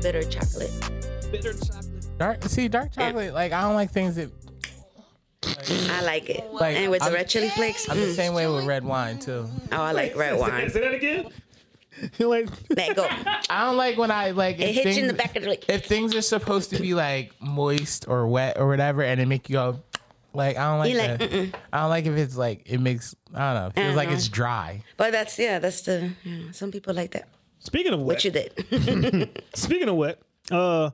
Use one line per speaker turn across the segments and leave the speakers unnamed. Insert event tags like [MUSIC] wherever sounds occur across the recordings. bitter chocolate.
Bitter chocolate.
Dark, see, dark chocolate. Like I don't like things that
I like it.
Like,
and with
I'm-
the red chili flakes,
I'm the
mm.
same way with red wine too.
oh, I like
[LAUGHS]
red wine.
Say that again. You're like,
Let go.
I don't like when I like
It
if
hits you in
things-
the back of the like.
If things are supposed to be like moist or wet or whatever, and it make you go, like I don't like,
You like,
that. I don't like if it's like it makes I don't know. It feels like
Uh-huh.
it's dry.
But that's yeah, that's the yeah, some people like that.
speaking of
What
wet,
you did. [LAUGHS]
speaking of wet, uh,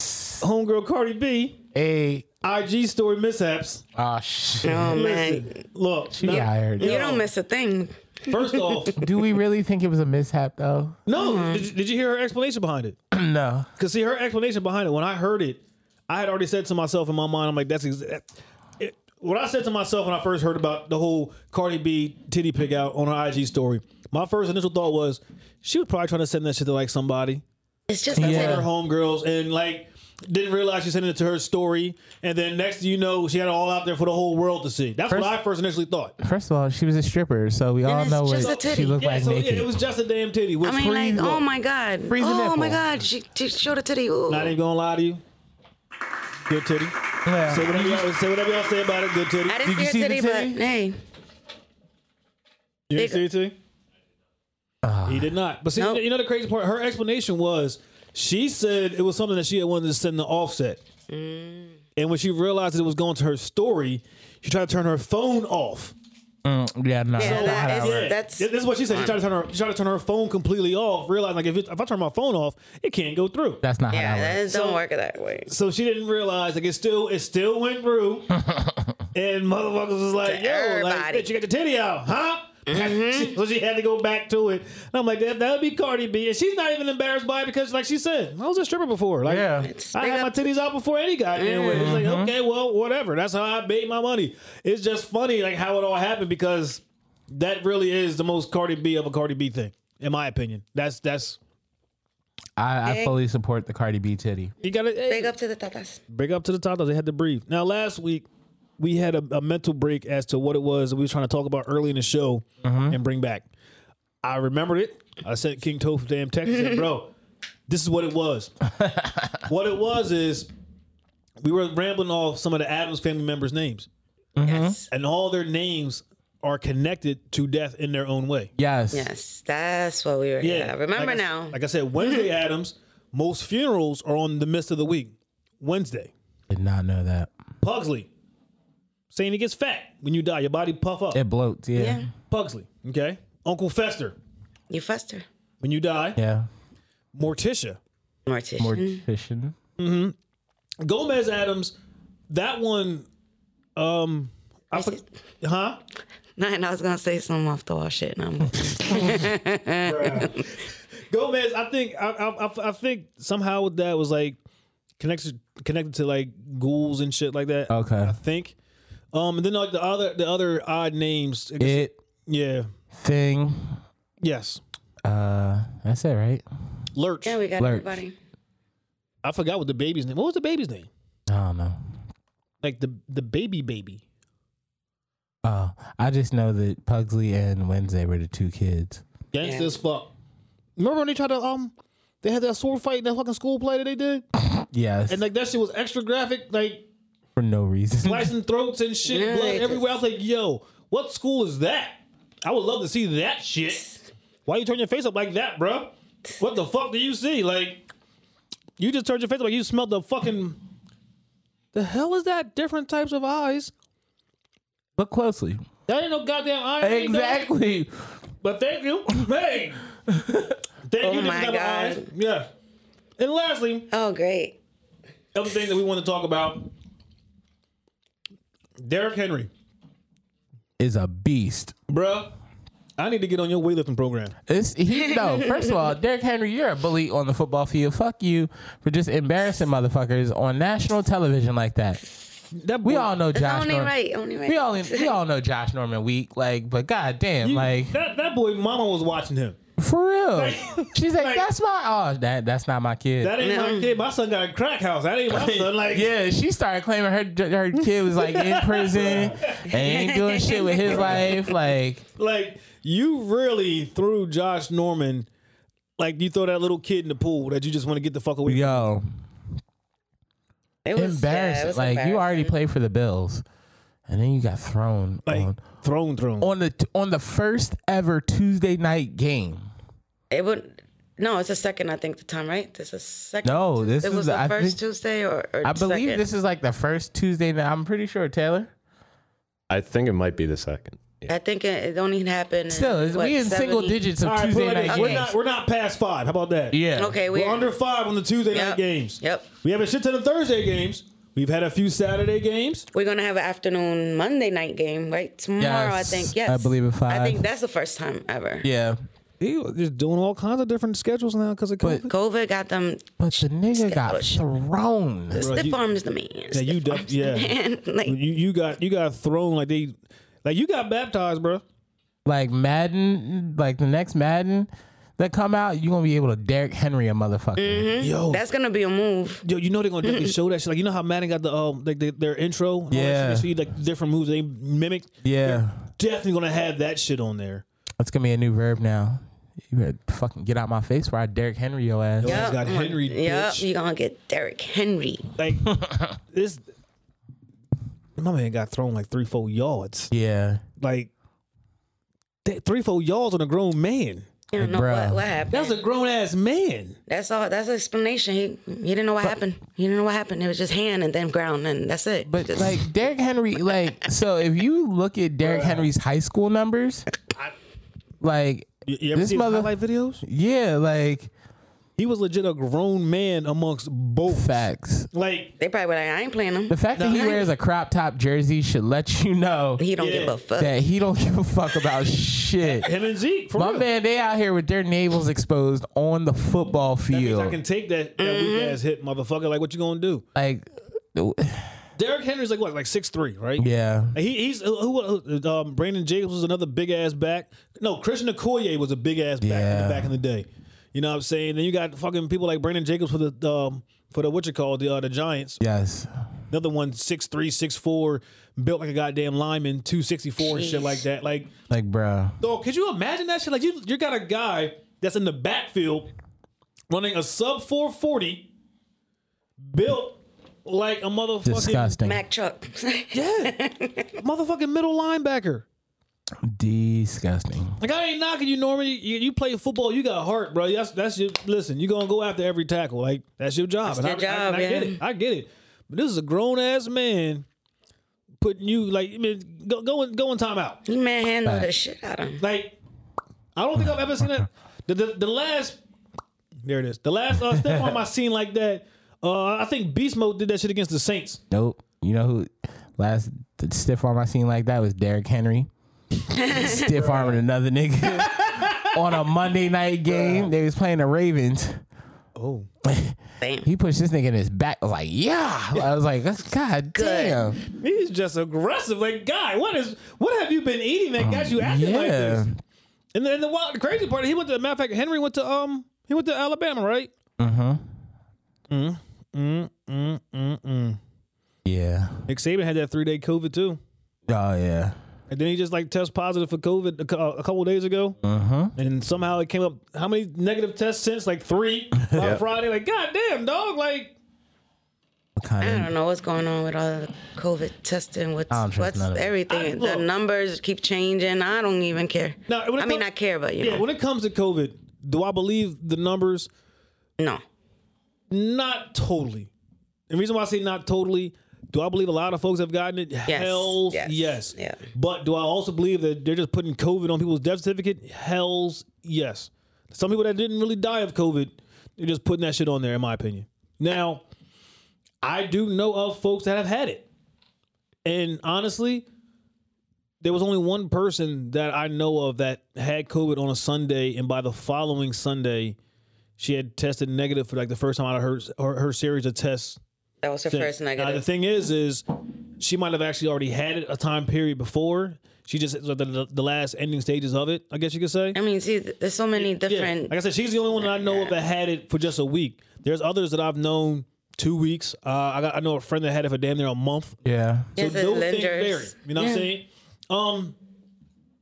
homegirl Cardi B,
Hey,
IG story mishaps.
oh shit.
Oh man.
Listen, look,
She hired.
You don't miss a thing.
First off,
Do we really think it was a mishap though?
no. Did, you- did you hear her explanation behind it?
Mm, no.
Because see, her explanation behind it, when I heard it, I had already said to myself in my mind, I'm like, that's exact. It, what I said to myself when I first heard about the whole Cardi B titty pick out on her IG story. My first initial thought was she was probably trying to send that shit to like somebody,
It's just a
Yeah.
her
titty.
homegirls, and like didn't realize she sent it to her story. And then next, thing you know, she had it all out there for the whole world to see. That's
First-
what I first initially thought.
First of all, she was a stripper, so we all
it's
know
just a
what
titty.
she looked
Yeah,
like
so
naked.
yeah, it was just a damn titty. Which
I mean, like,
look,
oh my god,
Freeze the
oh my
nipple.
god, she, she showed a titty. Ooh.
Not even gonna lie to you, good titty.
Yeah.
Say whatever y'all say, whatever y'all say about it, good titty.
I
Did
didn't
you
see
see
her
the
titty, but
titty?
hey,
You didn't see
They-
it too? he did not. But see,
Ah. Nope.
you know the crazy part? Her explanation was she said it was something that she had wanted to send the offset.
Mm.
And when she realized it was going to her story, she tried to turn her phone off.
Mm, yeah, no.
Yeah,
no,
that
no,
is-
no, no.
Yeah. That's-
this is what she said. She tried to turn her she tried to turn her phone completely off, realizing like if, it, if I turn my phone off, it can't go through.
That's not
yeah,
how that
that
works.
is, don't work that way.
So she didn't realize like it still it still went
[LAUGHS]
through, and motherfuckers was like,
To
"Yo, like
everybody. Mm-hmm.
bitch, you got the titty out, huh?" so [LAUGHS] she had to go back to it, and I'm like, "That that would be Cardi B," and she's not even embarrassed by it because, like she said, I was a stripper before, like
Yeah.
I had my titties out before any goddamn way. It's like,
Mm-hmm.
okay, well, whatever. That's how I made my money. It's just funny like how it all happened because that really is the most Cardi B of a Cardi B thing, in my opinion. That's that's
I, I fully support the Cardi B titty.
you gotta
Big up to the tatas.
Big up to the Tatas. They had to breathe. Now, last week, we had a, a mental break as to what it was that we was trying to talk about early in the show and bring back. I remembered it. I sent King Toe from damn Texas, said, bro, this is what it was. what it was is we were rambling off some of the Adams family members' names,
Mm-hmm.
Yes,
and all their names are connected to death in their own way.
Yes.
yes, that's what we were. Yeah, remember
Like I-
now.
Like I
[LAUGHS]
said, Wednesday Adams, most funerals are on the midst of the week. Wednesday.
Did not know that.
Pugsley. Saying he gets fat when you die, your body puff up.
It bloats. Yeah.
yeah,
Yeah.
Pugsley, okay. Uncle Fester,
you fester,
when you die. Morticia,
Morticia.
More fishing.
Gomez Adams, that one. Um, I for- huh?
[LAUGHS] Nah, and I was gonna say some off the wall shit. And
[LAUGHS]
I'm
Gomez, I think I, I, I- I think somehow with that was like connected connected to like ghouls and shit like that.
Okay.
I think. Um, and then like the other the other odd names. I guess-
It
yeah.
thing.
Yes.
Uh, that's it, right?
Lurch.
yeah, we got
Lurch.
everybody.
I forgot what the baby's name. What was the baby's name?
I don't know.
Like the the baby baby.
Oh, I just know that Pugsley and Wednesday were the two kids.
Gangsta
Yeah.
as fuck. Remember when they tried to um they had that sword fight in that fucking school play that they did?
Yes.
And like that shit was extra graphic, like
for no reason.
slicing throats and shit,
Yeah,
blood
it
everywhere. I was like, yo, what school is that? I would love to see that shit. Why you turn your face up like that, bruh? What the fuck do you see? Like you just turned your face up like you smelled the fucking The hell is that? Different types of eyes.
[LAUGHS] Look closely.
That ain't no goddamn eye. ain't no-
Exactly.
But thank you. Hey. thank
Oh my
you, different type of
God.
eyes. Yeah. And lastly,
Oh, great.
other thing that we want to talk about Derrick Henry.
Is a beast.
Bruh, I need to get on your weightlifting program.
It's
[LAUGHS]
he no. First of all, Derrick Henry, you're a bully on the football field. Fuck you for just embarrassing motherfuckers on national television like that.
That
We
boy-
all know
It's
Josh.
only
Norman.
right. Only right.
We all we all know Josh Norman weak. Like, but goddamn,
you-
like
that, that boy mama was watching him.
for real.
Like-
She's like,
like-
that's my oh that that's not my kid.
That ain't
Mm.
my kid. My son got a crack house.
[LAUGHS]
That ain't my son. Like
yeah, she started claiming her her kid was like in prison and ain't doing shit with his life. Like,
like you really threw Josh Norman like you throw that little kid in the pool that you just want to get the fuck away.
Yo,
[LAUGHS] It was
embarrassing.
Yeah, it was
like you already
embarrassing.
played for the Bills, and then you got thrown
from.
on
Like thrown, thrown.
on the on the first ever Tuesday night game.
It would. No, it's the second. I think the time right. This is second.
No, this
it
is
was
the-
the
I
first
think-
Tuesday or. or
I believe
second.
this is like the first Tuesday night. I'm pretty sure Taylor.
I think it might be the second. Yeah.
I think it, it don't even happen.
Still,
in,
it's
what, e-
we in
70
single digits of
All right, put
Tuesday
it like
night
this.
games.
we're not we're not past five. How about that?
yeah.
Okay,
we're
we're
under five on the Tuesday night
Yep.
games.
Yep.
we have a shit ton of Thursday games. We've had a few Saturday games.
We're gonna have an afternoon Monday night game, right? Tomorrow, I think.
Yes,
Yes,
I believe at five.
I think that's the first time ever.
Yeah.
They're just doing all kinds of different schedules now because of
But-
COVID.
COVID got them.
But the nigga got
Sketch.
thrown.
stiff
you-
arms, the man.
yeah, you
Stiff
def-
arms
yeah.
the man. [LAUGHS] like
you you got you got thrown like they like you got baptized, bro.
Like Madden, like the next Madden that come out, you gonna be able to Derrick Henry a motherfucker.
Yo,
that's gonna be a move.
Yo, you know they're gonna definitely show that shit. Like you know how Madden got the um like the, their intro. and all that shit?
Yeah.
They show you like different moves they mimic.
Yeah.
Definitely gonna have that shit on there.
That's gonna be a new verb now. You better fucking get out my face where I Derrick Henry your ass.
Yo. He's got
I'm gonna-
Henry,
Yep,
bitch.
you gonna get Derrick Henry.
Like this, my man got thrown like three four yards.
Yeah.
Like that three four yards on a grown man.
You don't know
Bruh.
what, what happened.
That's a grown ass man.
That's all. That's the explanation. He he didn't know what happened. He didn't know what happened. It was just hand and then ground and that's it.
But
Just- [LAUGHS]
like Derrick Henry, like so if you look at Derrick Henry's high school numbers, like
You, you ever
This
see his
mother-
highlight videos?
yeah, like
He was legit a grown man amongst both.
facts.
Like
they probably were like, I ain't playing him.
The fact that he wears a crop top jersey should let you know
he don't
Yeah.
give a fuck.
that he don't give a fuck
[LAUGHS]
about shit.
him and Zeke. For
My
real.
man, they out here with their navels exposed on the football
That means I
field.
can take that, that weak ass hit, motherfucker. Like, what you gonna do?
like,
Derrick Henry's like what, like six three, right?
yeah,
He, he's uh, who, who- who- um, Brandon Jacobs was another big ass back. No, Christian Okoye was a big ass back in
Yeah.
the, back in the day. You know what I'm saying? Then you got fucking people like Brandon Jacobs for the um, for the what you call the uh, the Giants.
yes,
Another one six three six four, built like a goddamn lineman, two sixty four and shit like that. Like,
like, bruh.
dog, could you imagine that shit? Like, you you got a guy that's in the backfield running a sub four forty, built like a motherfucking
disgusting,
Mac [LAUGHS] truck.
yeah, motherfucking middle linebacker.
disgusting.
Like I ain't knocking you, Norman. You, you- you play football, you got heart, bro. That's that's your listen. You gonna go after every tackle, like that's your job.
That's
And
your
I,
job,
I, and I get
yeah.
it. I get it. But this is a grown ass man putting you like I mean, go go in, go in timeout.
he manhandled the
Facts.
shit out of him.
Like I don't think I've ever seen that. The, the, the last there it is. The last uh, step on my scene like that. Uh, I think Beast Mode did that shit against the Saints.
Nope. You know who last the stiff arm I seen like that was Derrick
[LAUGHS]
Henry. stiff arming another nigga
[LAUGHS]
on a Monday night game. They was playing the Ravens.
Oh,
Damn.
He pushed this nigga in his back. I was like, yeah. I was like,
[LAUGHS]
that's god damn.
he's just aggressive. Like guy, what is what have you been eating that got you acting like
Yeah.
this? And then the, wild, the crazy part, he went to. Matter of fact, Henry went to um, he went to Alabama, right?
Yeah.
Nick Saban had that three day COVID too,
Oh yeah.
and then he just like test positive for COVID a, cou- a couple days ago, uh-huh. and somehow it came up. How many negative tests since? Like three by Friday. Like goddamn dog. Like
What kind
I
Mm.
of
don't know what's going on with all the COVID testing. What's
don't trust
what's
none of it.
everything?
I- look.
the numbers keep changing. I don't even care.
No, when it
I mean
come-
I care, but you
yeah,
know,
when it comes to COVID, do I believe the numbers?
no.
Not totally. The reason why I say not totally. Do I believe a lot of folks have gotten it? Hells yes.
Yes. Yeah.
But do I also believe that they're just putting COVID on people's death certificate? Hells yes. Some people that didn't really die of COVID, they're just putting that shit on there, in my opinion. Now, I do know of folks that have had it. And honestly, there was only one person that I know of that had COVID on a Sunday, and by the following Sunday, she had tested negative for like the first time out of her her, her series of tests.
That was her first
Now the
negative.
thing is, is she might have actually already had it a time period before. She just the, the, the last ending stages of it, I guess you could say.
I mean, see, there's so many different.
Like I said, she's the only one that I know of that had it for just a week. There's others that I've known two weeks. Uh, I got I know a friend that had it for damn near a month.
Yeah.
So
Yes, it
those things
lingers.
vary. You know what I'm
Yeah.
saying? Um,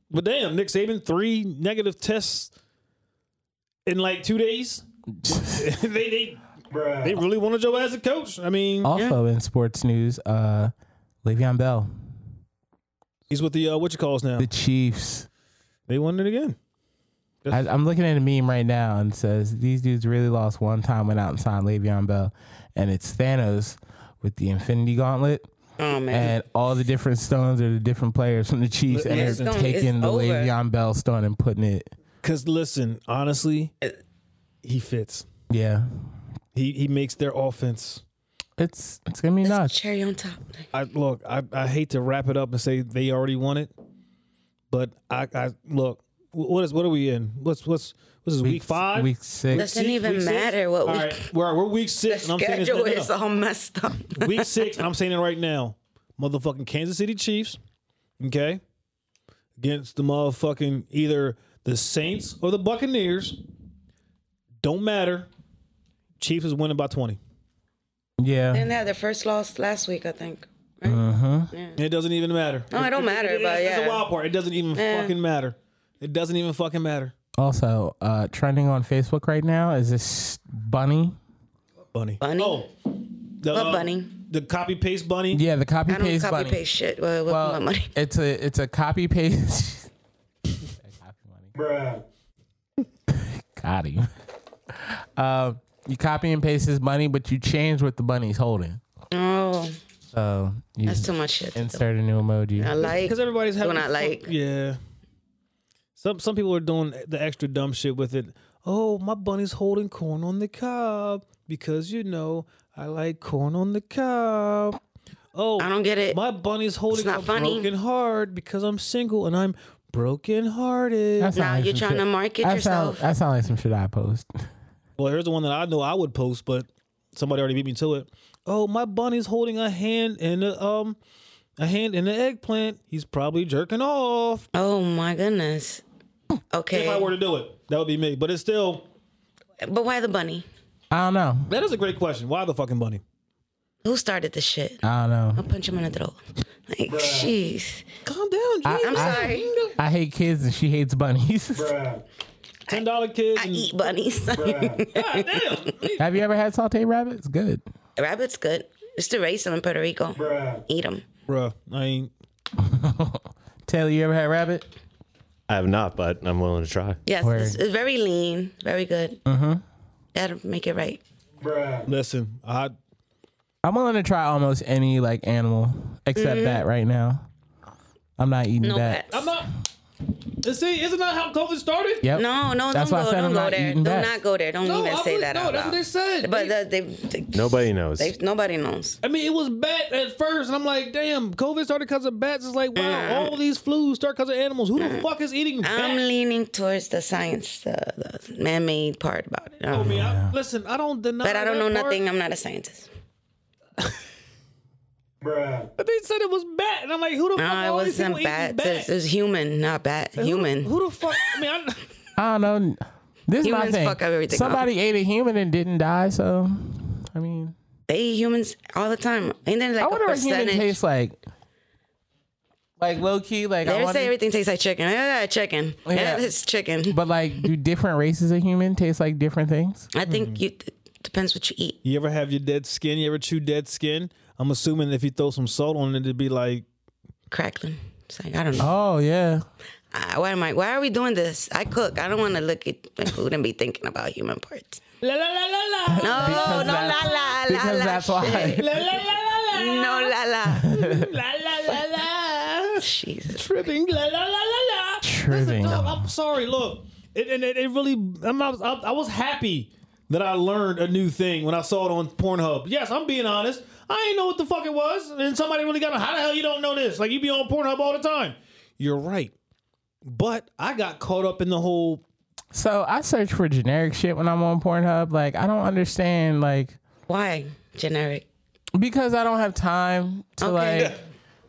but damn, Nick Saban three negative tests. in like two days. [LAUGHS] they they they really wanted your as a coach. I mean,
Also in sports news, uh, Le'Veon Bell,
he's with the uh, what you calls now.
the Chiefs.
They won it again.
I, I'm looking at a meme right now and it says these dudes really lost one time, went out and signed Le'Veon Bell, and it's Thanos with the Infinity Gauntlet.
Oh man.
And all the different stones are the different players from the Chiefs, and
Listen.
they're
It's
taking the
over.
Le'Veon Bell stone and putting it.
Cause listen, honestly, he fits.
Yeah,
He he makes their offense.
it's it's gonna be nuts.
Cherry on top.
I look. I, I hate to wrap it up and say they already won it, but I I look. wh- What is what are we in? What's what's what's this, week, five?
week six.
Doesn't
Six?
even
Week six?
matter what
All
we
right, we're we're week six. And I'm saying this
schedule
no, no,
is all messed up.
no. week six. I'm saying it right now. Motherfucking Kansas City Chiefs. Okay, against the motherfucking either the Saints or the Buccaneers. Don't matter. Chiefs is winning by twenty.
Yeah,
And they had their first loss last week, I think. Right?
It doesn't even matter.
No, it don't matter,
It is-
but
it's the
Oh, yeah.
wild part. It doesn't even fucking matter. It doesn't even fucking matter.
Also, uh, trending on Facebook right now is this bunny.
Bunny.
Bunny?
Oh, the
What
uh,
bunny?
The copy paste bunny.
Yeah, the copy
I don't
paste
copy
bunny.
paste shit with, with my
Well,
money.
it's a it's a copy paste. [LAUGHS] Got him. Uh, you copy and paste his bunny, but you change what the bunny's holding.
Oh,
So you
that's too much shit. to do.
insert a new emoji.
I like.
Because everybody's having.
Doing I
fun-
like.
Yeah. Some some people are doing the extra dumb shit with it. Oh, my bunny's holding corn on the cob because you know I like corn on the cob. Oh,
I don't get it.
My bunny's holding
not
a
funny.
broken heart because I'm single and I'm broken hearted.
That sound
Now you're
some
trying to
shit-
market
that
yourself.
Sound, that sound like some shit I post.
Well, here's the one that I know I would post, but somebody already beat me to it. Oh, my bunny's holding a hand and a um a hand in an eggplant. He's probably jerking off.
Oh my goodness. Okay.
If I were to do it, that would be me. But it's still
But why the bunny?
I don't know.
that is a great question. Why the fucking bunny?
Who started this shit?
I don't know.
I'll punch him in the throat. Like, jeez.
Calm down, G.
I'm sorry.
I hate kids and she hates bunnies. [LAUGHS]
Ten dollar kid.
I
and-
eat bunnies.
God damn.
Have you ever had sauteed rabbit? It's good.
[LAUGHS] Rabbit's good. Used to raise them in Puerto Rico. Eat them.
Bruh, I ain't
Taylor, you ever had rabbit?
I have not, but I'm willing to try.
Yes, it's, it's very lean, very good. Mm-hmm. That'll make it right.
listen, I
I'm willing to try almost any like animal except that right now. I'm not eating
Mm-hmm. No
that.
pets.
I'm not see, isn't that how COVID started?
Yep.
No, no,
That's
don't
why I
go,
said
don't
I'm
go
not
there.
eating
Do
that.
not go there. Don't
No,
even
I
say
was-
that
no,
out
that's
loud.
what they said.
But
They-
the, they, they,
Nobody knows.
they, nobody knows.
I mean, it was bat at first, and I'm like, damn, COVID started because of bats. It's like, wow, all these flus start because of animals. Who the fuck is eating bats?
I'm leaning towards the science, uh, the man-made part about it. Um,
I mean, I, listen, I don't deny.
but I don't
that
know
part,
nothing. I'm not a scientist.
But they said it was bat, and I'm like, who the fuck?
No,
are
it
all these
wasn't
people eating
bat.
bat?
It was human, not bat. Human.
Who the fuck? I mean,
[LAUGHS]
I,
I don't know. This is my
Humans
thing.
fuck everything
Somebody ate a human and didn't die, so I mean,
They eat humans all the time. Ain't there like
I
a
wonder what human
percentage?
tastes like. Like low key, like I
They
wonder,
say everything tastes like chicken. Yeah, chicken. Yeah,
Yeah.
it's chicken.
but like, do different races of human taste like different things?
I think you it depends what you eat.
you ever have your dead skin? You ever chew dead skin? I'm assuming if you throw some salt on it, it'd be like,
Crackling. It's like I don't know.
Oh yeah,
I-
Oh.
why am I? Why are we doing this? I cook. I don't want to look at my food and be thinking about human parts.
la la la la la.
Oh, No,
Because
no, la
that's-
la la
because
la.
that's why.
shit.
La la la la la
No, la la.
la la la la
Jesus.
tripping la la la la la.
Tripping.
Listen, dog, I'm sorry. Look, it, and it, it really. I'm, I, was, I, I was happy that I learned a new thing when I saw it on Pornhub. Yes, I'm being honest. I ain't know what the fuck it was, and somebody really got. How the hell you don't know this? Like you be on Pornhub all the time. You're right, but I got caught up in the whole.
[LAUGHS] So I search for generic shit when I'm on Pornhub. Like I don't understand, like
Why generic?
because I don't have time to
Okay.
like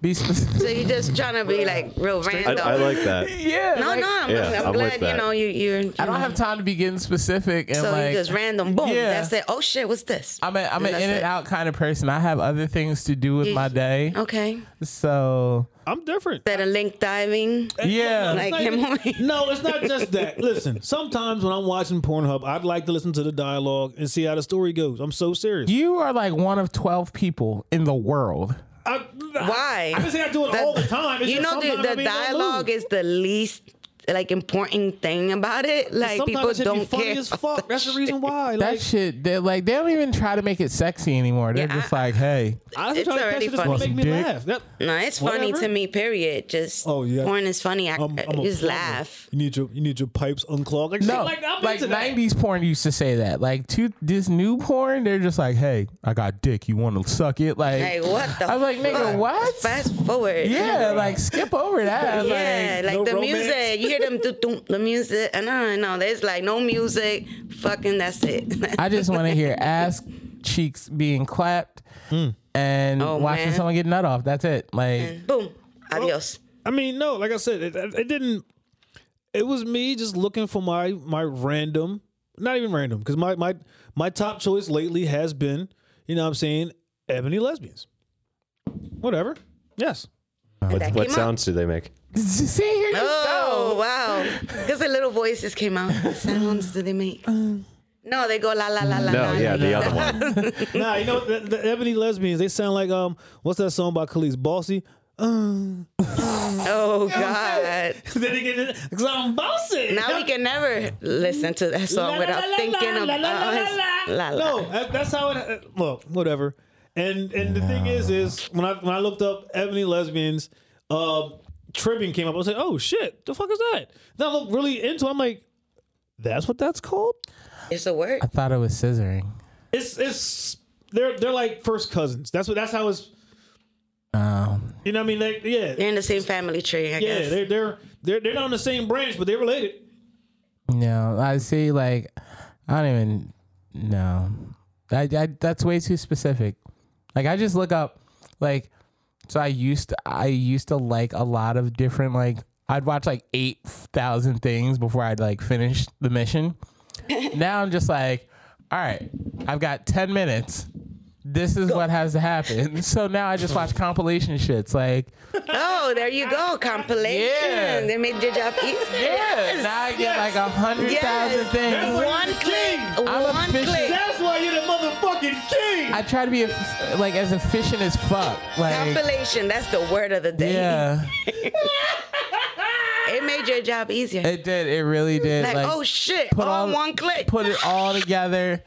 Be specific.
[LAUGHS]
So you just trying to be like real
I,
random.
I like that.
yeah.
no,
like,
no, I'm,
Yeah,
I'm- I'm
I'm with
glad you
that.
know you you're. You
I don't
know.
have time to be getting specific and
So
like
you just random, boom.
Yeah.
That's it. Oh shit, what's this?
I'm a, I'm
And
an
that's
in and
it. Oh.
out kind of person. I have other things to do with my day.
Okay.
So
I'm different.
That a link diving.
yeah,
Like him only.
[LAUGHS] No, it's not just that. Listen, sometimes when I'm watching Pornhub, I'd like to listen to the dialogue and see how the story goes. I'm so serious.
you are like one of twelve people in the world.
I,
Why?
I didn't say I do it
The-
all the time. It's
you
just
know the,
sometimes I
the
be in that
dialogue
mood.
is the least like important thing about it. Like
Sometimes
people
it should
don't
be funny
care.
as
about
fuck. That's the reason why.
That
Like,
shit, they like they don't even try to make it sexy anymore. They're
Yeah,
just
I-
like, hey,
I was
It's
trying to catch
already
it, just wanna
funny.
make me
Dick.
laugh. That-
[LAUGHS] No, it's funny
Whatever.
to me. Period. Just
Oh, yeah.
porn is funny. I,
I'm- I'm
you
a
just
plumber.
laugh.
You need your you need your pipes unclogged. Like, shit
no,
like, I'm
like
into that.
'90s porn used to say that. Like to this new porn, they're just like, hey, I got dick. You want to suck it? Like,
Like what the?
I was like, nigga,
fuck?
what?
Fast forward.
Yeah, like skip over that.
Yeah,
like,
like,
no
the
romance.
music. You hear
[LAUGHS]
them do, do, the music, and I know there's like no music. Fucking that's it. [LAUGHS]
I just want to hear ass cheeks being clapped and
Oh,
watching
man.
someone get nut off. That's it.
[LAUGHS]
Like,
Boom. Adios.
I mean, no, like I said, it, it didn't. It was me just looking for my my random, not even random, because my my my top choice lately has been, you know, what I'm saying ebony lesbians. Whatever. Yes.
That
What, what
came up.
sounds do they make?
see here you
Oh wow! Because the little voices came out. What sounds do they make? No, they go la la la la.
No,
la,
yeah,
la,
the
la.
other
[LAUGHS]
one.
nah, you know the, the ebony lesbians. They sound like um, what's that song by Khalees? Bossy. [LAUGHS]
Oh god!
then again, because I'm bossy.
Now
[LAUGHS]
we can never listen to that song without thinking about us. La, la.
No, that, that's how it. uh, Well, whatever. And and the thing is, is when I when I looked up ebony lesbians, uh, tribbing came up. I was like, oh shit, the fuck is that? Then I looked really into. it. I'm like, that's what that's called.
It's a word.
I thought it was scissoring.
It's it's they're they're like first cousins. That's what that's how it's.
Um,
You know what I mean? Like yeah,
They're in the same family tree, I
yeah.
guess.
They're they're they're they're not on the same branch, but they're related.
no, I see. Like, I don't even. No, I, I, that's way too specific. Like, I just look up. Like, so I used to, I used to like a lot of different. Like, I'd watch like eight thousand things before I'd like finish the mission. now I'm just like, all right, I've got ten minutes. This is what has to happen. [LAUGHS] So now I just watch compilation shits. Like,
Oh, there you go. Compilation.
Yeah.
They made your job easy.
yeah, now I get like a hundred thousand things.
One click.
I'm
one
efficient.
click.
That's why you're the motherfucking king.
I try to be eff- like as efficient as fuck. Like,
Compilation. That's the word of the day.
yeah,
It made your job easier.
it did. It really did.
like,
Like,
oh shit.
put
all
all-
one click.
put it all together.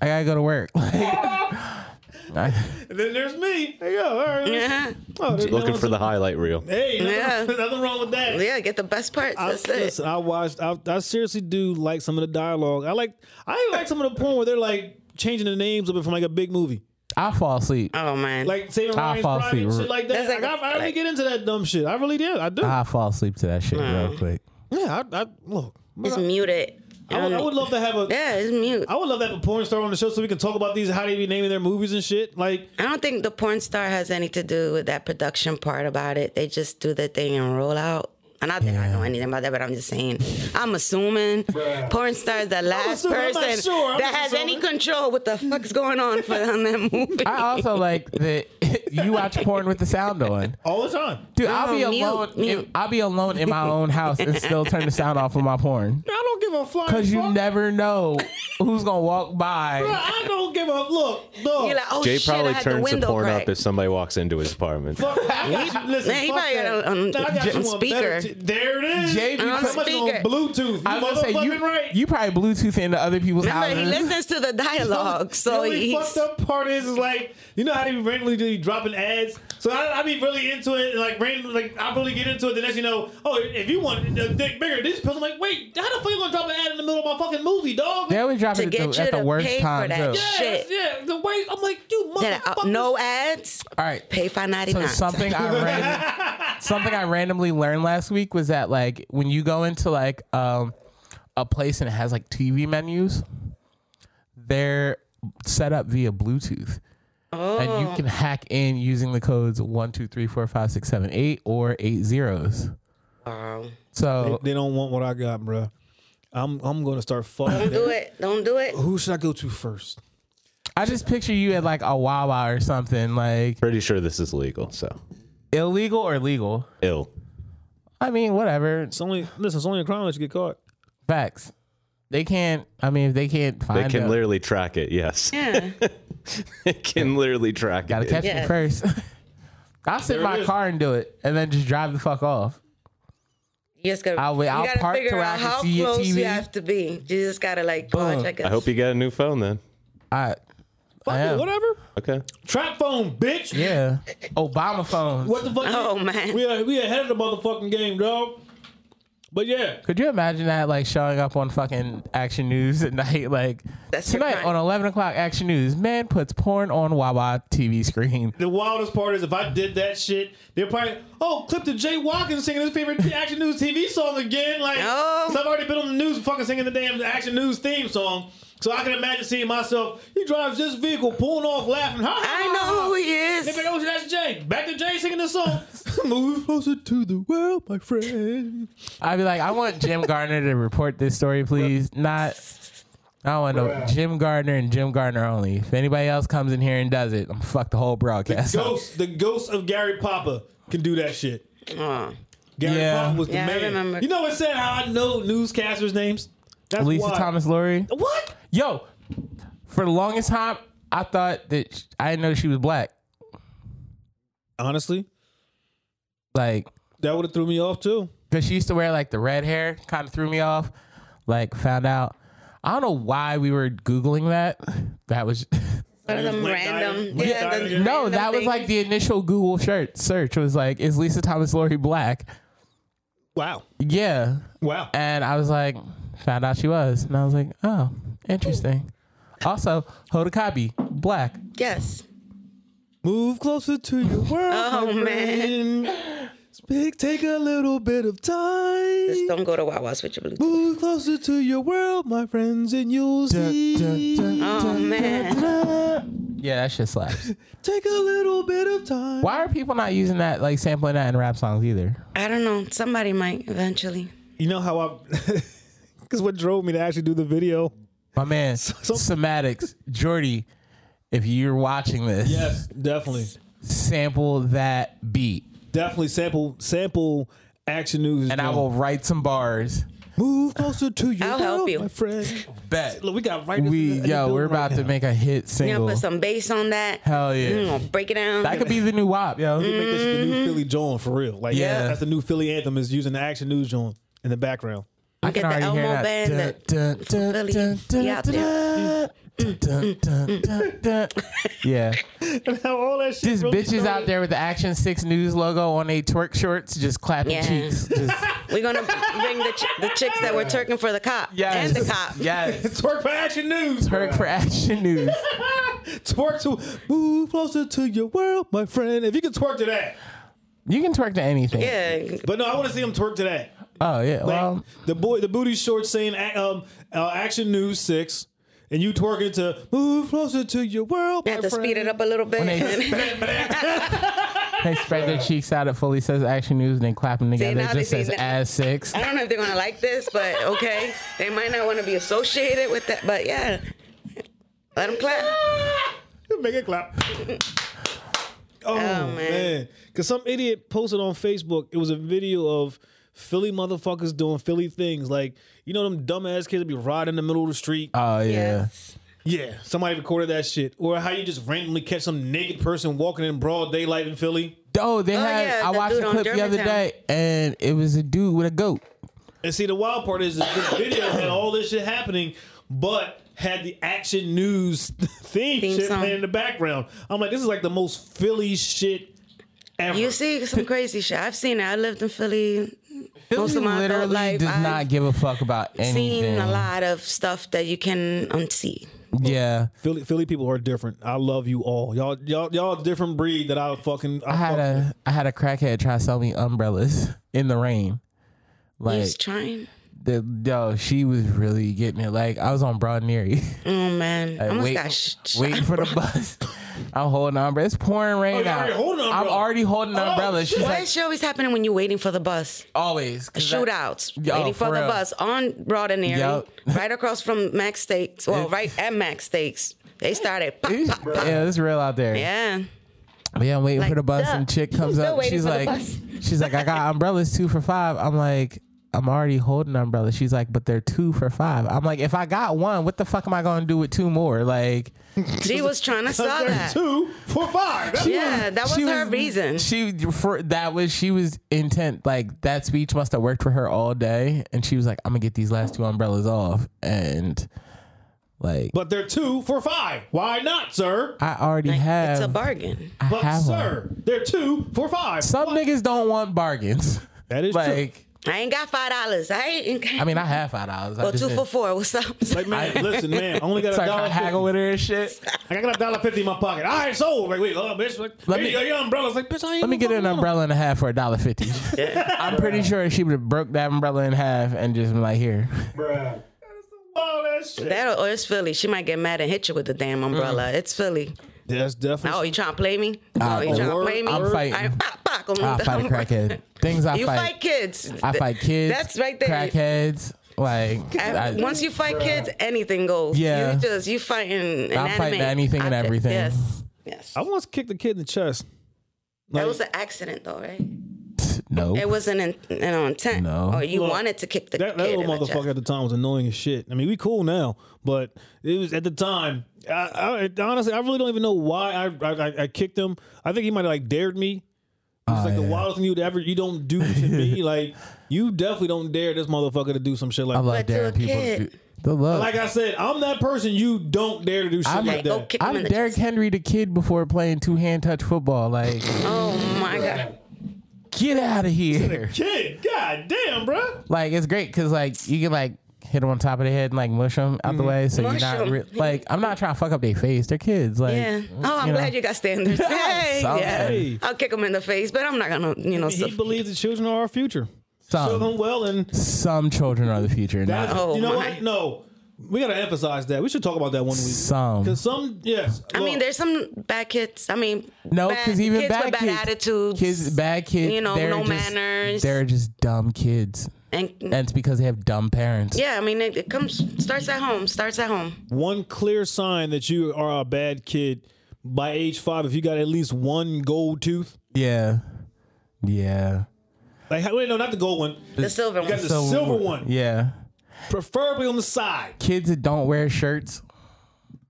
I gotta go to work. [LAUGHS] I-
And then there's me. There you go. All right.
yeah.
Oh, there's
Looking
no
for the highlight reel.
Hey, nothing,
Yeah.
[LAUGHS] nothing wrong with that.
yeah, get the best parts.
I,
That's it.
listen, I watched. I, I seriously do like some of the dialogue. I like. I even like some of the porn where they're like changing the names of it from like a big movie,
I fall asleep.
Oh man.
like Saving
I
Ryan's
fall
Private, and
asleep.
shit like that.
That's
Like,
like a-
I, I really
like-
get into that dumb shit. I really did. I do.
I fall asleep to that shit real quick.
yeah. I, I look.
it's muted. Um,
I would, I would love to have a.
yeah, it's mute.
I would love to have a porn star on the show so we can talk about these how they be naming their movies and shit. Like,
I don't think the porn star has any to do with that production part about it. They just do their thing and roll out. And I think I know anything about that, but I'm just saying. I'm assuming porn star is the last
assuming, I'm not
person
sure. I'm
that
just
has any
assuming.
control what the fuck's going on for on that
[LAUGHS]
movie.
I also like that [LAUGHS] you watch porn with the sound on.
all the time.
Dude, I'll be
No, mute,
alone.
mute.
I'll be alone in my own house and still turn the sound off on my porn.
I don't give a flying
Cause you
fuck.
never know who's gonna walk by.
I don't give a look.
[LAUGHS]
Dog.
You're like, oh
Jay
shit, I
probably
had
turns
the
the
window
porn
cracked.
up if somebody walks into his apartment.
Fuck, I got you. Listen,
Man, he
fuck
probably got
that.
it on-
Nah, I got
on
you one better
speaker.
t- there it is.
Jay be
How
On
much
speaker.
on Bluetooth. You
I was gonna say
motherfucking
you,
right.
you probably Bluetooth into other people's
Remember, he
houses.
listens to the
[LAUGHS]
dialogue,
the
so
only
he's
fucked up part is, is like you know how they randomly do dropping ads. So I, I be really into it, and like random, like I really get into it. The next you know, oh, if you want a dick bigger, this person like, wait, how the fuck you gonna drop an ad in the middle of my fucking movie, dog?
They always drop
To
it at
get
the,
you
at the
to
worst
pay for
time
that
too.
shit.
Yes, yeah. The way I'm like, you
that, uh,
motherfucker.
no ads.
All right.
Pay five ninety
So
nine.
something I ran,
[LAUGHS]
something I randomly learned last week was that like when you go into like um a place and it has like TV menus, they're set up via Bluetooth. and you
Oh.
can hack in using the codes one two three four five six seven eight or eight zeros.
Wow.
So
They don't want what I got, bruh. I'm I'm gonna start fucking.
Don't do
them.
it. Don't do it.
Who should I go to first?
I just picture you at like a Wawa or something, like
Pretty sure this is legal. So
illegal or legal.
ill.
I mean, whatever.
It's only listen. It's only a crime that you get caught.
Facts. They can't. I mean, if they can't find.
They can
them,
literally track it. Yes,
Yeah.
[LAUGHS] they can literally track
Gotta
it.
catch me
Yes.
first. [LAUGHS] I'll sit in
There it
my
is.
car and do it, and then just drive the fuck off.
You just gotta,
I'll wait-
you
I'll
gotta
park till
figure
I
out
can
how
see your
close
TV.
you have to be. You just gotta like go and check
I hope you got a new phone then.
I, I
Fuck it,
am.
whatever.
Okay.
Trap phone, bitch.
Yeah. Obama phones.
What the fuck?
Oh man.
We are we ahead of the motherfucking game, dog. But yeah,
Could you imagine that, like showing up on fucking Action News at [LAUGHS] night, like
That's your
tonight
crime.
on eleven o'clock Action News, man puts porn on Wawa TV screen.
the wildest part is if I did that shit, they're probably oh clip to Jay Watkins singing his favorite [LAUGHS] action news TV song again. Like,
No.
'cause I've already been on the news fucking singing the damn action news theme song. So I can imagine seeing myself. He drives this vehicle, pulling off, laughing. Ha, ha,
I
ha, ha.
know who he
They
is.
be like, oh, that's Jay. Back to Jay singing the song. [LAUGHS] Move closer to the world, my friend.
I'd be like, I want Jim Gardner to report this story, please. Not, I don't want no Jim Gardner and Jim Gardner only. If anybody else comes in here and does it, I'm gonna fuck the whole broadcast. up.
Ghost, the ghost of Gary Papa can do that shit.
Oh.
Gary
Yeah.
Papa was the
Yeah, I
man.
remember.
You know what said how I know newscasters' names? That's
Lisa
why.
Thomas Laurie.
What?
Yo, for the longest time, I thought that sh- I didn't know she was black.
Honestly,
Like,
that would have threw me off too.
because she used to wear like the red hair, kind of threw me off. Like, found out. I don't know why we were Googling that. That was.
One of them
Went
random.
diving. Went
Yeah,
diving.
the
[LAUGHS] No,
random
that was
thing.
like the initial Google shirt search was like, is Lisa Thomas Laurie black?
Wow.
Yeah.
Wow.
And I was like, found out she was. And I was like, oh, interesting. Also, Hoda Kabi, black.
Yes.
Move closer to
[LAUGHS]
your world.
Oh,
my
man.
friend. Speak, take a little bit of time.
Just don't go to Wawa's with your Bluetooth.
Move closer to your world, my friends, and you'll see.
Oh man.
Yeah, that shit slaps.
Take a little bit of time.
Why are people not using that, like sampling that in rap songs either?
I don't know. Somebody might eventually.
You know how I. [LAUGHS] Because what drove me to actually do the video.
My man, Somatics, Jordy, if you're watching this,
Yes, definitely.
sample that beat.
Definitely sample sample action news.
And I will write some bars.
move closer to you.
I'll help you.
my friend.
Bet.
[LAUGHS] Look, we got right.
We, yo, we're about to make a hit
You know,
single.
put some bass on that.
Hell
You
yeah.
know, break it down.
That could be the new WAP, yo.
Make this shit the new
[LAUGHS]
Philly John for real. Like
Yeah.
that's the new Philly anthem is using the action news John in the background. [LAUGHS]
I
Get the Elmo band,
Dun, dun,
Philly.
dun, dun,
Yeah, out there.
dun, dun, dun, dun, dun. Yeah.
And how all that shit.
Just
really
bitches out there with the Action 6 News logo on a twerk shorts, just clapping
Yeah.
cheeks.
[LAUGHS]
Just,
We're gonna bring the, ch- the chicks that
[LAUGHS]
were turking for the cop
yes.
and the cop. [LAUGHS]
Yes.
It's work for action news.
Twerk for Action News.
twerk to move closer to your world, my friend. If you could twerk to that,
You can twerk to anything.
Yeah.
but no, I want to see him twerk to that.
Oh, yeah.
Like,
Well,
the boy, the booty shorts saying a- um, uh, action news six, and you twerking to move closer to your world.
You have to speed it up a little [LAUGHS] bit.
they-
See,
they spread their cheeks out. It fully says Action News and then clap them together.
now
it
they
just
see
says
that.
As 6.
I don't know if they're gonna like this, but okay. They might not want to be associated with that, but yeah. Let them clap.
Make it clap. [LAUGHS] Oh,
man.
man, because some idiot posted on Facebook. It was a video of Philly motherfuckers doing Philly things, like you know them dumbass kids that be riding in the middle of the street.
Oh, yeah.
Yes.
yeah, somebody recorded that shit, or how you just randomly catch some naked person walking in broad daylight in Philly.
Oh, they had.
yeah,
I
the
watched
dude
a
on
clip the other
Germantown.
day, and it was a dude with a goat.
And see, the wild part is that this video had all this shit happening, but had the action news [LAUGHS] theme,
Theme
shit
song.
playing in the background. I'm like, this is like the most Philly shit ever.
You see some crazy shit. I've seen it. I lived in Philly. Most
He
of my adult
literally
life,
does
I've
not give a fuck about anything.
seen a lot of stuff that you can unsee.
Yeah,
Philly, Philly people are different. I love you all. Y'all, y'all, y'all a different breed that I fucking. I,
I had a I had a crackhead try to sell me umbrellas in the rain. Like
He's trying.
the yo, she was really getting it. Like I was on Broad and Erie,
Oh man, I almost
wait-
got sh- shot.
waiting for the bus, [LAUGHS] I'm holding an umbrella. It's pouring rain
Oh, you're
out.
already holding an
I'm
umbrella.
already holding an
Oh,
umbrella. She's
shit.
Why
like,
is she always happening when you're waiting for the bus?
always 'cause Oh, that-
Shootouts,
Yo,
waiting for,
for
the
real.
bus on Broad and Erie,
Yup.
right across from Max Steaks.
[LAUGHS]
Well, right at Max Steaks, they started. Pop,
It's-
pop, pop.
[LAUGHS] Yeah, it's real out there.
Yeah,
But yeah, I'm waiting for
Like,
the bus,
duh. [LAUGHS]
and chick comes
Still
up.
waiting
She's
for the
like,
bus.
she's like, I got umbrellas two for five. I'm like, I'm already holding an umbrella. She's like, but they're two for five. I'm like, if I got one, what the fuck am I gonna do with two more? Like,
she was
[LAUGHS]
trying to sell that.
two for five. That's
Yeah, that was
she
her reason.
She for that was she was intent. Like that speech must have worked for her all day, and she was like, I'm gonna get these last two umbrellas off, and like,
But they're two for five. Why not, sir?
I already have.
It's a bargain.
I
But
have one.
sir, they're two for five.
some niggas don't want bargains.
That is true.
like.
I ain't got five dollars. I ain't.
I mean, I have five dollars. I
well,
just
two for
didn't-
four. What's
[LAUGHS]
up?
like man, listen, man, I only got a
Sorry, trying
dollar.
to haggle
fifty.
with her and shit.
I got a dollar fifty in my pocket. All right, sold. Like, wait, oh, bitch, like,
Let
hey,
me-
your, your umbrella's like, bitch, I ain't.
Let me get an umbrella and a half for a dollar fifty. I'm pretty sure she would have broke that umbrella in half and just been like, "Here,
Bruh. Oh, that shit.
That or it's Philly. She might get mad and hit you with the
Mm.
damn umbrella. It's Philly.
That's definitely.
Oh, you trying to play me? Oh, you
I'm-
trying to play me?
Uh, I'm fighting.
I, pop, pop, on
I
the
fight a
umbrella.
crackhead. Things I
[LAUGHS] You
fight.
fight kids.
I fight kids.
That's right there.
Crackheads. Like,
And
I,
once you fight kids, anything goes.
Yeah.
You just you fighting. An
I'm fighting
anime
anything and
object.
everything.
Yes. Yes.
I once kicked a kid in the chest.
that
Like,
was an accident, though, right?
no.
It wasn't an, an intent.
No.
Or you
Look,
wanted to kick the
that, that
kid.
little
in the chest.
motherfucker at the time was annoying as shit. I mean, we cool now, but it was at the time. I, I honestly, I really don't even know why I I, I- I kicked him. I think he might have like dared me. It's like
Ah,
the wildest thing you'd ever. You don't do
[LAUGHS]
to me. Like you definitely don't dare this motherfucker to do some shit
I
like.
love
But to a
daring people.
kid.
The love.
Like I said, I'm that person you don't dare to do shit
I'm-
like
Go
that.
kick him
I'm
in the
Derrick
chest.
Henry, the kid, before playing two hand touch football. Like,
Oh my god.
get out of here.
Kid, god damn, bruh.
like it's great because like you can like hit them on top of the head and like mush them out the way, so
Mm-hmm. Mush
you're not
'em.
re- like I'm not trying to fuck up their face. They're kids, like
Yeah. Oh, I'm
Mm-hmm. you know.
glad you got
[LAUGHS]
standards. Hey, yeah.
Something.
I'll kick him in the face, but I'm not gonna, you know.
He
suff-
believes that children are our future. Show
some
them well and
some children are the future, not
That's,
Oh,
you know
my.
what? No, we gotta emphasize that. We should talk about that one week.
Some.
because some, yes.
I mean,
look,
there's some bad kids. I mean,
no,
bad-
because even
kids
bad
with bad
kids,
attitudes,
kids, bad kids,
you know,
they're
no
just,
manners.
They're just dumb kids,
and
and it's because they have dumb parents.
yeah, I mean, it, it comes starts at home. Starts at home.
one clear sign that you are a bad kid by age five if you got at least one gold tooth.
yeah, yeah.
Like, wait, no, not the gold one.
The silver
You got
one.
the silver one,
yeah.
preferably on the side.
Kids that don't wear shirts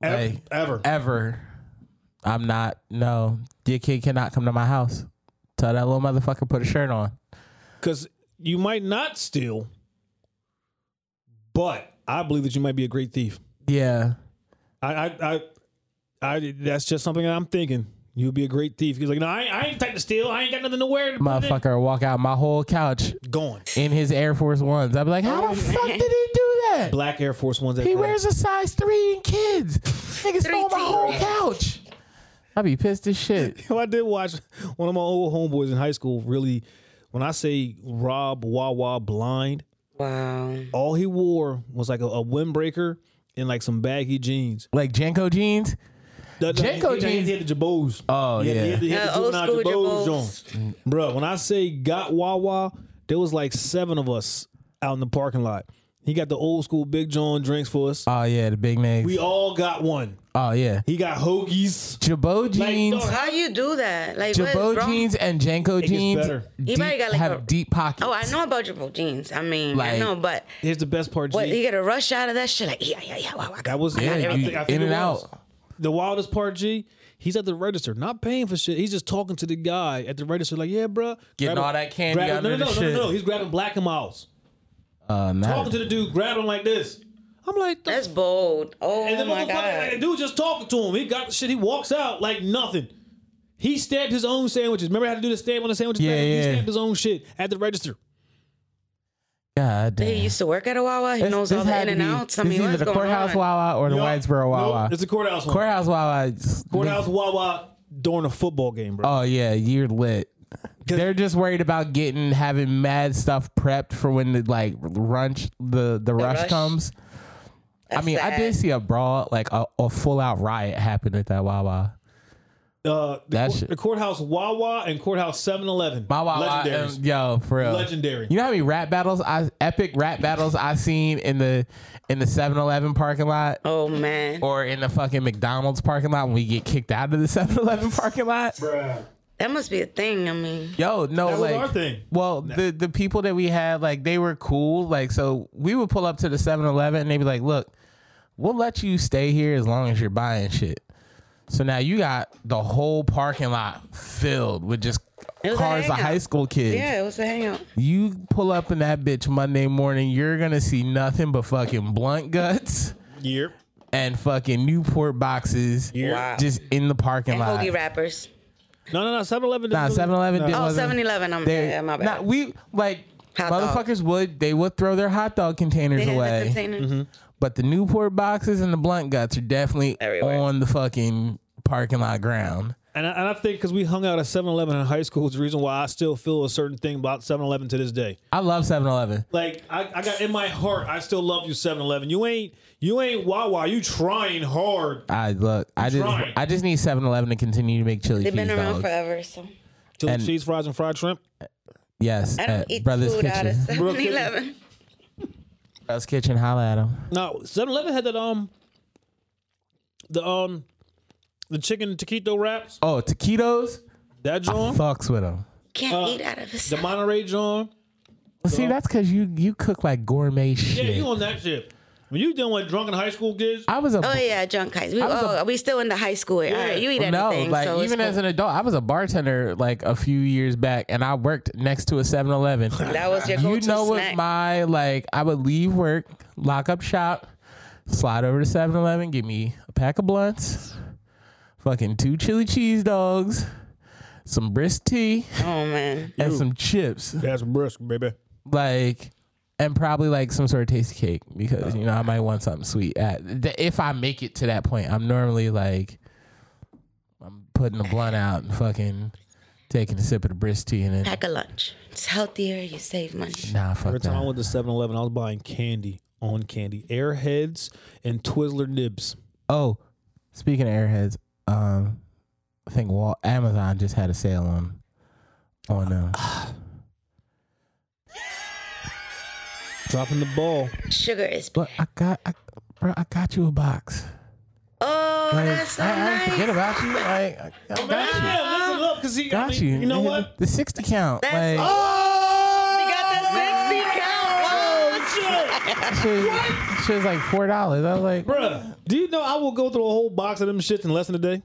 Ever,
Hey.
ever.
ever. I'm not. No, your kid cannot come to my house. Tell that little motherfucker put a shirt on.
because you might not steal, but I believe that you might be a great thief.
Yeah.
I, I, I, I that's just something that I'm thinking. You'd be a great thief. He's like, no, I, I ain't the type to steal. I ain't got nothing to wear.
motherfucker walk out my whole couch
gone.
in his Air Force Ones. I'd be like, how the fuck did he do that?
Black Air Force ones. That
He wears a size three in kids. Nigga stole my whole couch. I'd be pissed as shit.
I did watch one of my old homeboys in high school. Really, when I say Rob Wawa blind,
Wow.
all he wore was like a, a windbreaker and like some baggy jeans.
Like Janko jeans.
The- the-
Janko
he- he-
jeans.
He had the Jabos.
Oh,
He had-
yeah.
He had, the- he had
Yeah,
the
old
juvenile
school
Jabos on. Bro, when I say got Wawa, there was like seven of us out in the parking lot. He got the old school Big John drinks for us.
Oh yeah, the big names.
We all got one.
Oh yeah.
He got hoagies.
Jabot jeans.
dog,
How you do that? Like what is
Jabot
wrong?
jeans and Janko
gets
jeans
better.
He
deep-
probably got, like,
have
a-
deep pockets.
Oh, I know about your jeans. I mean, I
Like-
know, but
Here's the best part.
what
G.
you get a rush out of that shit? Like yeah, yeah, yeah. Wow, I got
that was
Yeah,
I
you
think- I think
in and
it was.
out.
The wildest part, G. He's at the register, not paying for shit. He's just talking to the guy at the register, like, "Yeah, bro,
Getting all that candy
grabbing,
out
no,
of
no,
the
no, no,
shit.
no, no. He's grabbing black and miles,
Uh,
talking
not,
to the dude, grabbing him like this. I'm like, the
That's bold. Oh
And the
my
motherfucker, like, the
god.
dude just talking to him. He got the shit. He walks out like nothing. He stabbed his own sandwiches. Remember how to do the stab on the sandwiches?
Yeah,
He
yeah.
stabbed his own shit at the register.
God damn.
He used to work at a Wawa. He
This-
knows
this
all the
had
in
to
and
be-
outs. I
this
mean,
either
what's
the
going
courthouse
on?
Wawa or the
No,
Whitesboro Wawa.
Nope, it's a courthouse one.
courthouse Wawa.
courthouse Wawa during a football game, bro.
Oh yeah, you're lit. They're just worried about getting having mad stuff prepped for when the like runch the the rush,
rush.
comes. I mean, I
sad.
did see a brawl, like a, a full out riot happen at that Wawa.
uh, the,
That
cour-
shit-
the courthouse Wawa and courthouse 7-Eleven.
My wow, wow,
legendary.
um, yo, for real,
Legendary.
You know how many rap battles, I epic rap battles I seen in the in the 7-Eleven parking lot
Oh man,
or in the fucking McDonald's parking lot when we get kicked out of the [LAUGHS] 7-Eleven parking lot.
that must be a thing. I mean,
Yo, no,
That was
like,
our thing.
Well, the the people that we had, like, they were cool. Like, so we would pull up to the 7-Eleven and they'd be like, "Look, we'll let you stay here as long as you're buying shit." So now you got the whole parking lot filled with just
It was a
cars of
hangout.
high school kids.
yeah, it was a hangout.
You pull up in that bitch Monday morning, you're gonna see nothing but fucking blunt guts
Year.
and fucking Newport boxes
Wow.
just in the parking
And
lot.
hoagie rappers.
No, no, no. 7-Eleven.
Nah,
doesn't-
7-Eleven
No.
did-
Oh,
wasn't-
7-Eleven. I'm
They-
yeah, my bad.
Nah, we like
Hot
motherfuckers would they would throw their hot dog containers
they had the
away,
containers.
Mm-hmm. but the Newport boxes and the blunt guts are definitely
Everywhere.
on the fucking parking lot ground.
And I, and I think because we hung out at 7-Eleven in high school is the reason why I still feel a certain thing about 7-Eleven to this day.
I love 7-Eleven.
Like I, I got in my heart, I still love you 7-Eleven. You ain't you ain't Wawa. You trying hard
I look. I just
Trying.
I just need 7-Eleven to continue to make chili
They've
cheese
been around
dogs.
forever, so
to
And-
cheese fries and fried shrimp.
Yes,
I don't
at
eat
Brothers
food out of
Kitchen.
7-Eleven.
Brothers Kitchen, holla at them.
No, 7-Eleven had that um the um the chicken taquito wraps.
Oh, taquitos.
That John,
Fucks with them.
Can't eat out of a
the
7-Eleven.
Monterey John.
See, that's because you you cook like gourmet
Yeah,
shit.
you on that shit. When you dealing with drunken high school kids,
I was a
Oh yeah, drunk guys. We,
I was
oh,
a-
are we still in the high school? All right, you eat
no,
anything.
like
so
even as an adult, I was a bartender like a few years back, and I worked next to a 7-Eleven.
[LAUGHS] that was your
you
go-to
know what
snack.
my like? I would leave work, lock up shop, slide over to 7-Eleven, get me a pack of blunts, fucking two chili cheese dogs, some brisk tea,
oh man,
and some chips.
that's brisk, baby.
like and probably like some sort of tasty cake because you know I might want something sweet. At, th- if I make it to that point, I'm normally like I'm putting the blunt out and fucking taking a sip of the brisk tea and then
pack a lunch. It's healthier. You save money.
nah fuck
Every time I
that.
went to 7-Eleven, I was buying candy on candy, Airheads and Twizzler nibs.
Oh, speaking of airheads, um, I think Wal- Amazon just had a sale on on um,
Oh, Dropping the ball.
Sugar is.
but I got I, bro I got you a box.
Oh,
Like,
that's so
I, I didn't
nice.
forget about you. Like I, I got you.
Yeah, listen up, cause he I
Got
mean,
you.
You know
nigga.
what?
The sixty count.
That's-
like,
We got that 60 count. Oh, shit.
She was, she was like four dollars. I was like,
Bruh, do you know I will go through a whole box of them shits in less than a day?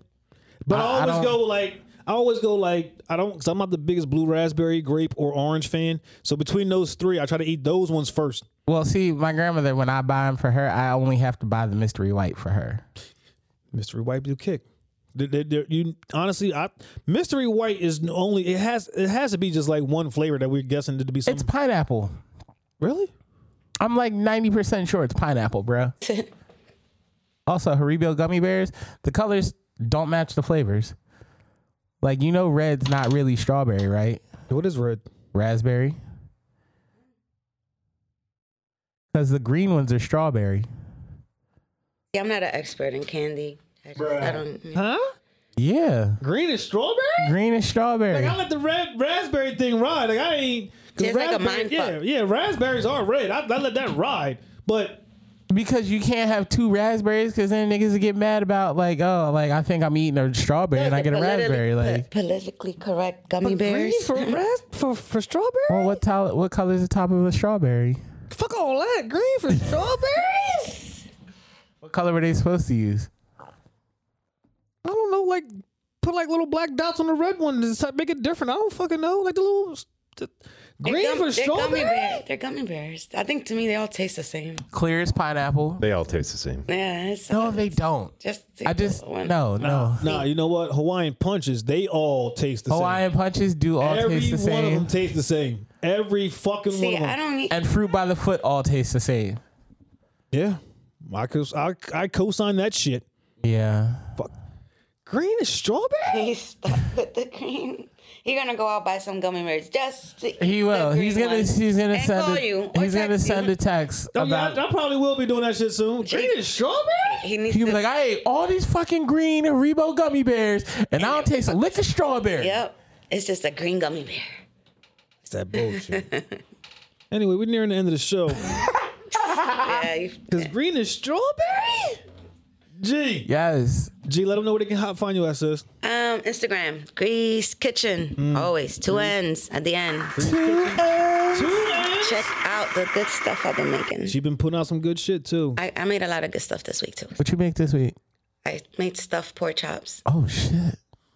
But I,
I- I
always
don't-
go like I always go like I don't because I'm not the biggest blue raspberry, grape, or orange fan. So between those three, I try to eat those ones first.
well, see, my grandmother, when I buy them for her, I only have to buy the mystery white for her.
Mystery White Blue Kick. They- they- they- you honestly, I, Mystery White is only it has it has to be just like one flavor that we're guessing to be
It's
something.
pineapple.
really
I'm like ninety percent sure it's pineapple, bro. also, Haribo gummy bears. The colors don't match the flavors. Like you know, red's not really strawberry, right?
what is red?
Raspberry. Because the green ones are strawberry.
Yeah, I'm not an expert in candy. I, just, I don't. mm. yeah.
Huh?
Yeah,
Green is strawberry.
green is strawberry.
Like I let the red raspberry thing ride. Like I ain't. 'cause
Tastes like a
raspberry-
mind
Yeah,
fuck.
yeah. Raspberries are red. I, I let that ride. But
Because you can't have two raspberries, because then niggas would get mad about like, oh, like I think I'm eating a strawberry and I get a
Politically-
raspberry. Like,
po- politically correct gummy bears. [LAUGHS]
green for ras- for for strawberry.
well, what tol- what color is the top of a strawberry?
Fuck all that. Green for
Strawberries.
[LAUGHS] What color were they supposed to use?
I don't know. Like put like little black dots on the red one to s- make it different. I don't fucking know. Like the little s- the- green
Gum-
for
they're gummy
strawberry.
bears. They're gummy bears. I think to me they all taste the same.
Clear as pineapple.
They all taste the same.
Yeah, it's
No, they don't.
just.
I just
one.
no, no.
Nah, you know what? Hawaiian punches. They all taste the
Hawaiian punches do all
same. Every
taste the
one of them
same,
tastes the same. Every fucking one
See,
of them.
I don't eat.
and fruit by the foot all taste the same.
yeah, I co I, I co-sign that shit.
Yeah.
Green is strawberry.
[LAUGHS] Please stop with the green. You're gonna go out buy some gummy bears just. To eat
He
the
will.
green
He's gonna.
ones
He's gonna
and
send.
call
A,
you. or
he's gonna
text you.
send a text
Oh, yeah,
about.
I, I probably will be doing that shit soon. Eating strawberry?
He needs
He
to.
was like, I ate all these fucking green Rebo gummy bears, and I don't taste a lick of strawberry.
yep. It's just a green gummy
[LAUGHS]
bear.
It's that bullshit. anyway, we're nearing the end of the show.
Yeah. You,
Cause green is strawberry. G.
Yes.
G, let them know where they can hop find you at, sis.
um, Instagram, Grease Kitchen, always two ends at the end. Check out the good stuff I've been making.
She been putting out some good shit too.
I, I made a lot of good stuff this week too.
What you make this week?
I made stuffed pork chops,
Oh shit.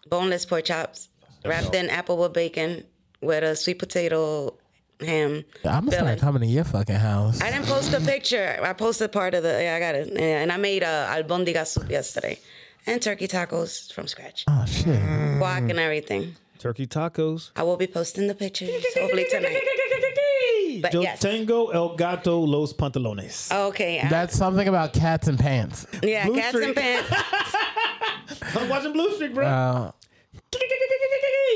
boneless pork chops, wrapped in applewood bacon with a sweet potato ham.
I'm gonna
filling.
start coming to your fucking house.
I didn't post a picture. I posted part of the. Yeah, I got it. Yeah, And I made uh, albondiga soup yesterday, and turkey tacos from scratch,
Oh shit.
guac and everything.
Turkey tacos.
I will be posting the pictures hopefully tonight. But
Yo
yes.
Tango El Gato Los Pantalones.
Okay. I-
That's something about cats and pants.
yeah,
Blue
cats
Streak.
and pants.
[LAUGHS] I'm watching Blue Streak, bro.
Uh,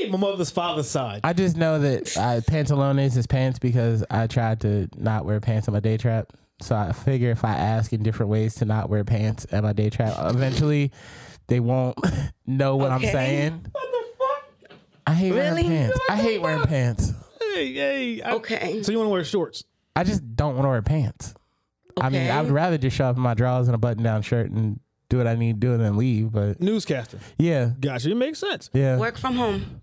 My mother's father's side.
I just know that I, pantalones is pants because I tried to not wear pants on my day trap. So I figure if I ask in different ways to not wear pants at my day trap, eventually they won't [LAUGHS] know what
Okay.
I'm saying.
what the fuck?
I hate wearing
Really?
pants. I hate wearing pants.
Hey, hey.
[LAUGHS]
I-
Okay.
So you want to wear shorts?
I just don't want to wear pants. I mean, I
Okay.
would rather just show up in my drawers and a button down shirt and do what I need to do and then leave. But
Newscaster.
yeah,
Gotcha. It makes sense.
yeah.
Work Mm. from home.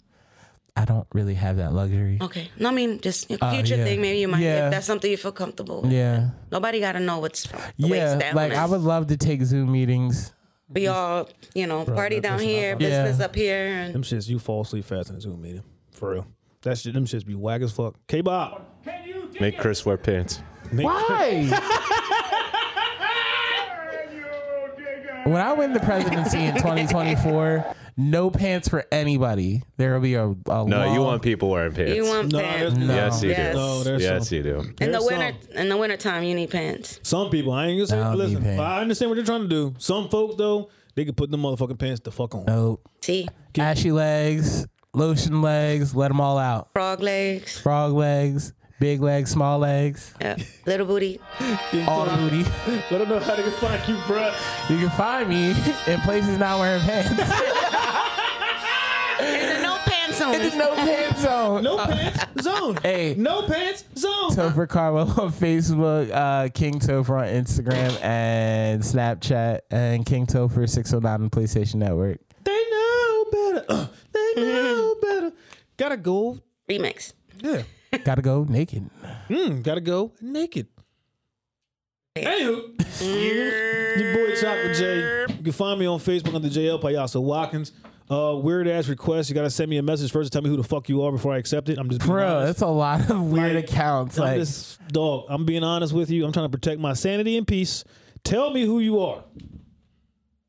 I don't really have that luxury.
Okay. No, I mean just a
Oh,
future
yeah.
thing. Maybe you might.
Yeah.
If that's something you feel comfortable. with.
Yeah.
Nobody got to know what's the waist
Yeah.
down.
Like,
is.
I would love to take Zoom meetings.
we all, you know, party down here,
Yeah.
business up here, and
Them shits, you fall asleep fast in a Zoom meeting. For real. That shit, them shits be wag as fuck. K Bob.
Make Chris wear pants.
Why? when I win the
[LAUGHS]
presidency in 2024, no pants for anybody. There will be a, a
No, you
long-
want people wearing pants.
you want
No, there's
pants.
no.
Yes, you
Yes.
do.
No, there's
yes,
some.
you do.
In the
There's
winter, in the winter time, you need pants.
Some people, I ain't gonna say.
That'll be
listen,
pain.
I understand what you're trying to do. Some folks though, they can put the motherfucking pants the fuck on.
Oh,
See,
ashy legs, lotion legs. Let them all out.
frog legs,
Frog legs, big legs, small legs,
yeah. little booty.
all booty.
Let them know how they can find you, bruh.
You can find me in places not wearing
[LAUGHS]
pants.
There's a no pants
There's
on.
no pants zone.
No pants zone.
hey.
no pants zone.
Topher Carwell on Facebook, uh, King Topher on Instagram and Snapchat, and King Topher 609 on PlayStation Network.
they know better. Uh, they know better. Gotta go.
Remix.
Yeah.
Gotta go naked.
Mm, gotta go naked. Anywho, your boy Chocolate J. You can find me on Facebook under JL Payaso Watkins. Uh, weird ass request. You gotta send me a message first to tell me who the fuck you are before I accept it. I'm just being
Bro,
honest.
that's a lot of weird accounts.
I'm
Like,
just dog. I'm being honest with you. I'm trying to protect my sanity and peace. Tell me who you are.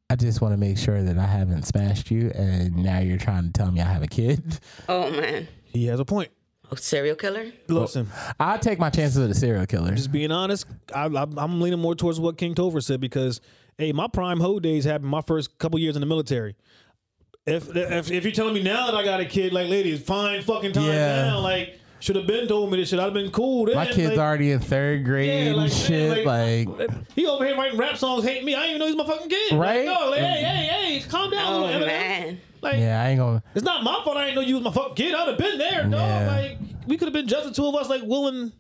I just want to make sure that I haven't smashed you, and now you're trying to tell me I have a kid.
Oh man,
He has a point.
oh, serial killer.
Listen,
I'll take my chances with a serial killer.
just being honest, I, I, I'm leaning more towards what King Tover said because, hey, my prime hoe days happened my first couple years in the military. If, if if you're telling me now that I got a kid, like, ladies, fine fucking time
Yeah.
now. Like, should have been told me this shit. I'd have been cool. Then.
My kid's
like,
already in third grade
Yeah, like,
and shit.
like-
Like,
He over here writing rap songs, hating me. I didn't even know he's my fucking kid.
Right? Mm-hmm.
Like, no, like, hey, hey, hey, calm down.
Oh
little Eminem.
man,
Like,
yeah, I ain't gonna.
It's not my fault. I didn't know you was my fuck kid. I'd have been there, dog.
Yeah.
Like we could have been just the two of us, like willing.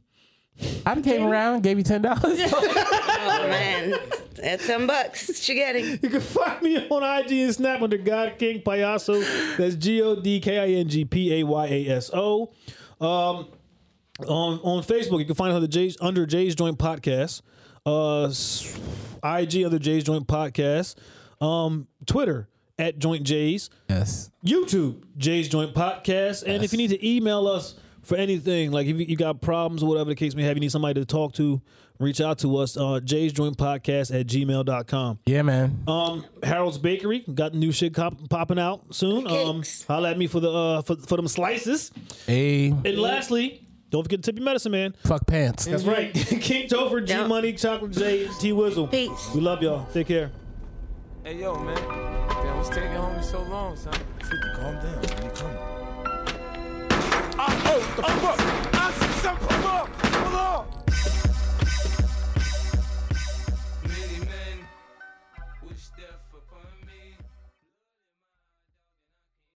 I done came around, gave you ten dollars.
oh man, that's ten bucks. She getting.
You can find me on IG and Snap under God King Payaso. That's G O D K I N G P A Y A S O. Um, on on Facebook, you can find us under Jay's under Jay's Joint Podcast. Uh, s- IG under Jay's Joint Podcast. Um, Twitter at Joint J's.
yes.
YouTube, Jay's Joint Podcast. And if you need to email us for anything, like if you, you got problems or whatever the case may have, you need somebody to talk to, reach out to us, uh, Jay's Joint Podcast at gmail.com.
Yeah, man.
Um, Harold's Bakery got new shit cop- popping out soon. Um,
Cakes.
holla at me for the uh, for, for them slices.
Hey,
And lastly, don't forget to tip your medicine, man.
fuck pants.
That's right. [LAUGHS] King Topher, G
Yep.
Money, Chocolate J, T Wizzle.
Peace.
We love y'all. Take care.
Hey yo, man. Damn, what's taking homie so long, son?
50, calm down, man. Come.
Ah, oh,